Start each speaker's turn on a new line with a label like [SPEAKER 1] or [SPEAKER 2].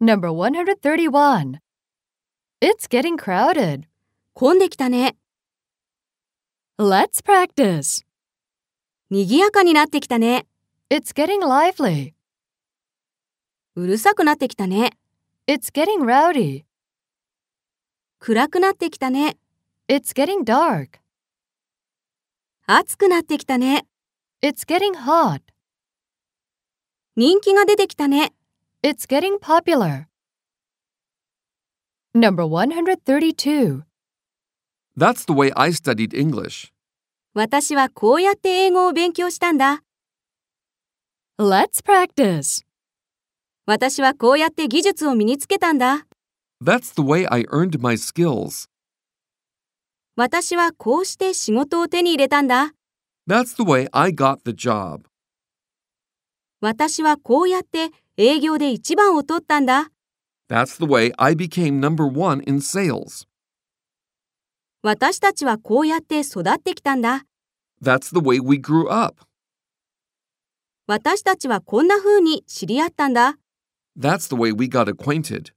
[SPEAKER 1] Number 131. It's getting crowded.
[SPEAKER 2] 混んできたね。
[SPEAKER 1] Let's practice.
[SPEAKER 2] 賑やかになってきたね。
[SPEAKER 1] It's getting lively.
[SPEAKER 2] うるさくなってきたね。
[SPEAKER 1] It's getting rowdy.
[SPEAKER 2] 暗くなってきたね。
[SPEAKER 1] It's getting dark.
[SPEAKER 2] 暑くなってきたね。
[SPEAKER 1] It's getting hot.
[SPEAKER 2] 人気が出てきたね。
[SPEAKER 1] It's getting popular. Number 132.
[SPEAKER 3] That's the way I studied English.
[SPEAKER 2] 私はこうやって英語を勉強したんだ。
[SPEAKER 1] Let's practice.
[SPEAKER 2] 私はこうやって技術を身につけたんだ。
[SPEAKER 3] That's the way I earned my skills.
[SPEAKER 2] 私はこうして仕事を手に入れたんだ。
[SPEAKER 3] That's the way I got the job.
[SPEAKER 2] 私はこうやって営業で一番を取ったんだ。
[SPEAKER 3] That's the way I became number one in sales.
[SPEAKER 2] 私たちはこうやって育ってきたんだ。
[SPEAKER 3] That's the way we grew up.
[SPEAKER 2] 私たちはこんな風に知り合ったんだ。
[SPEAKER 3] That's the way we got acquainted.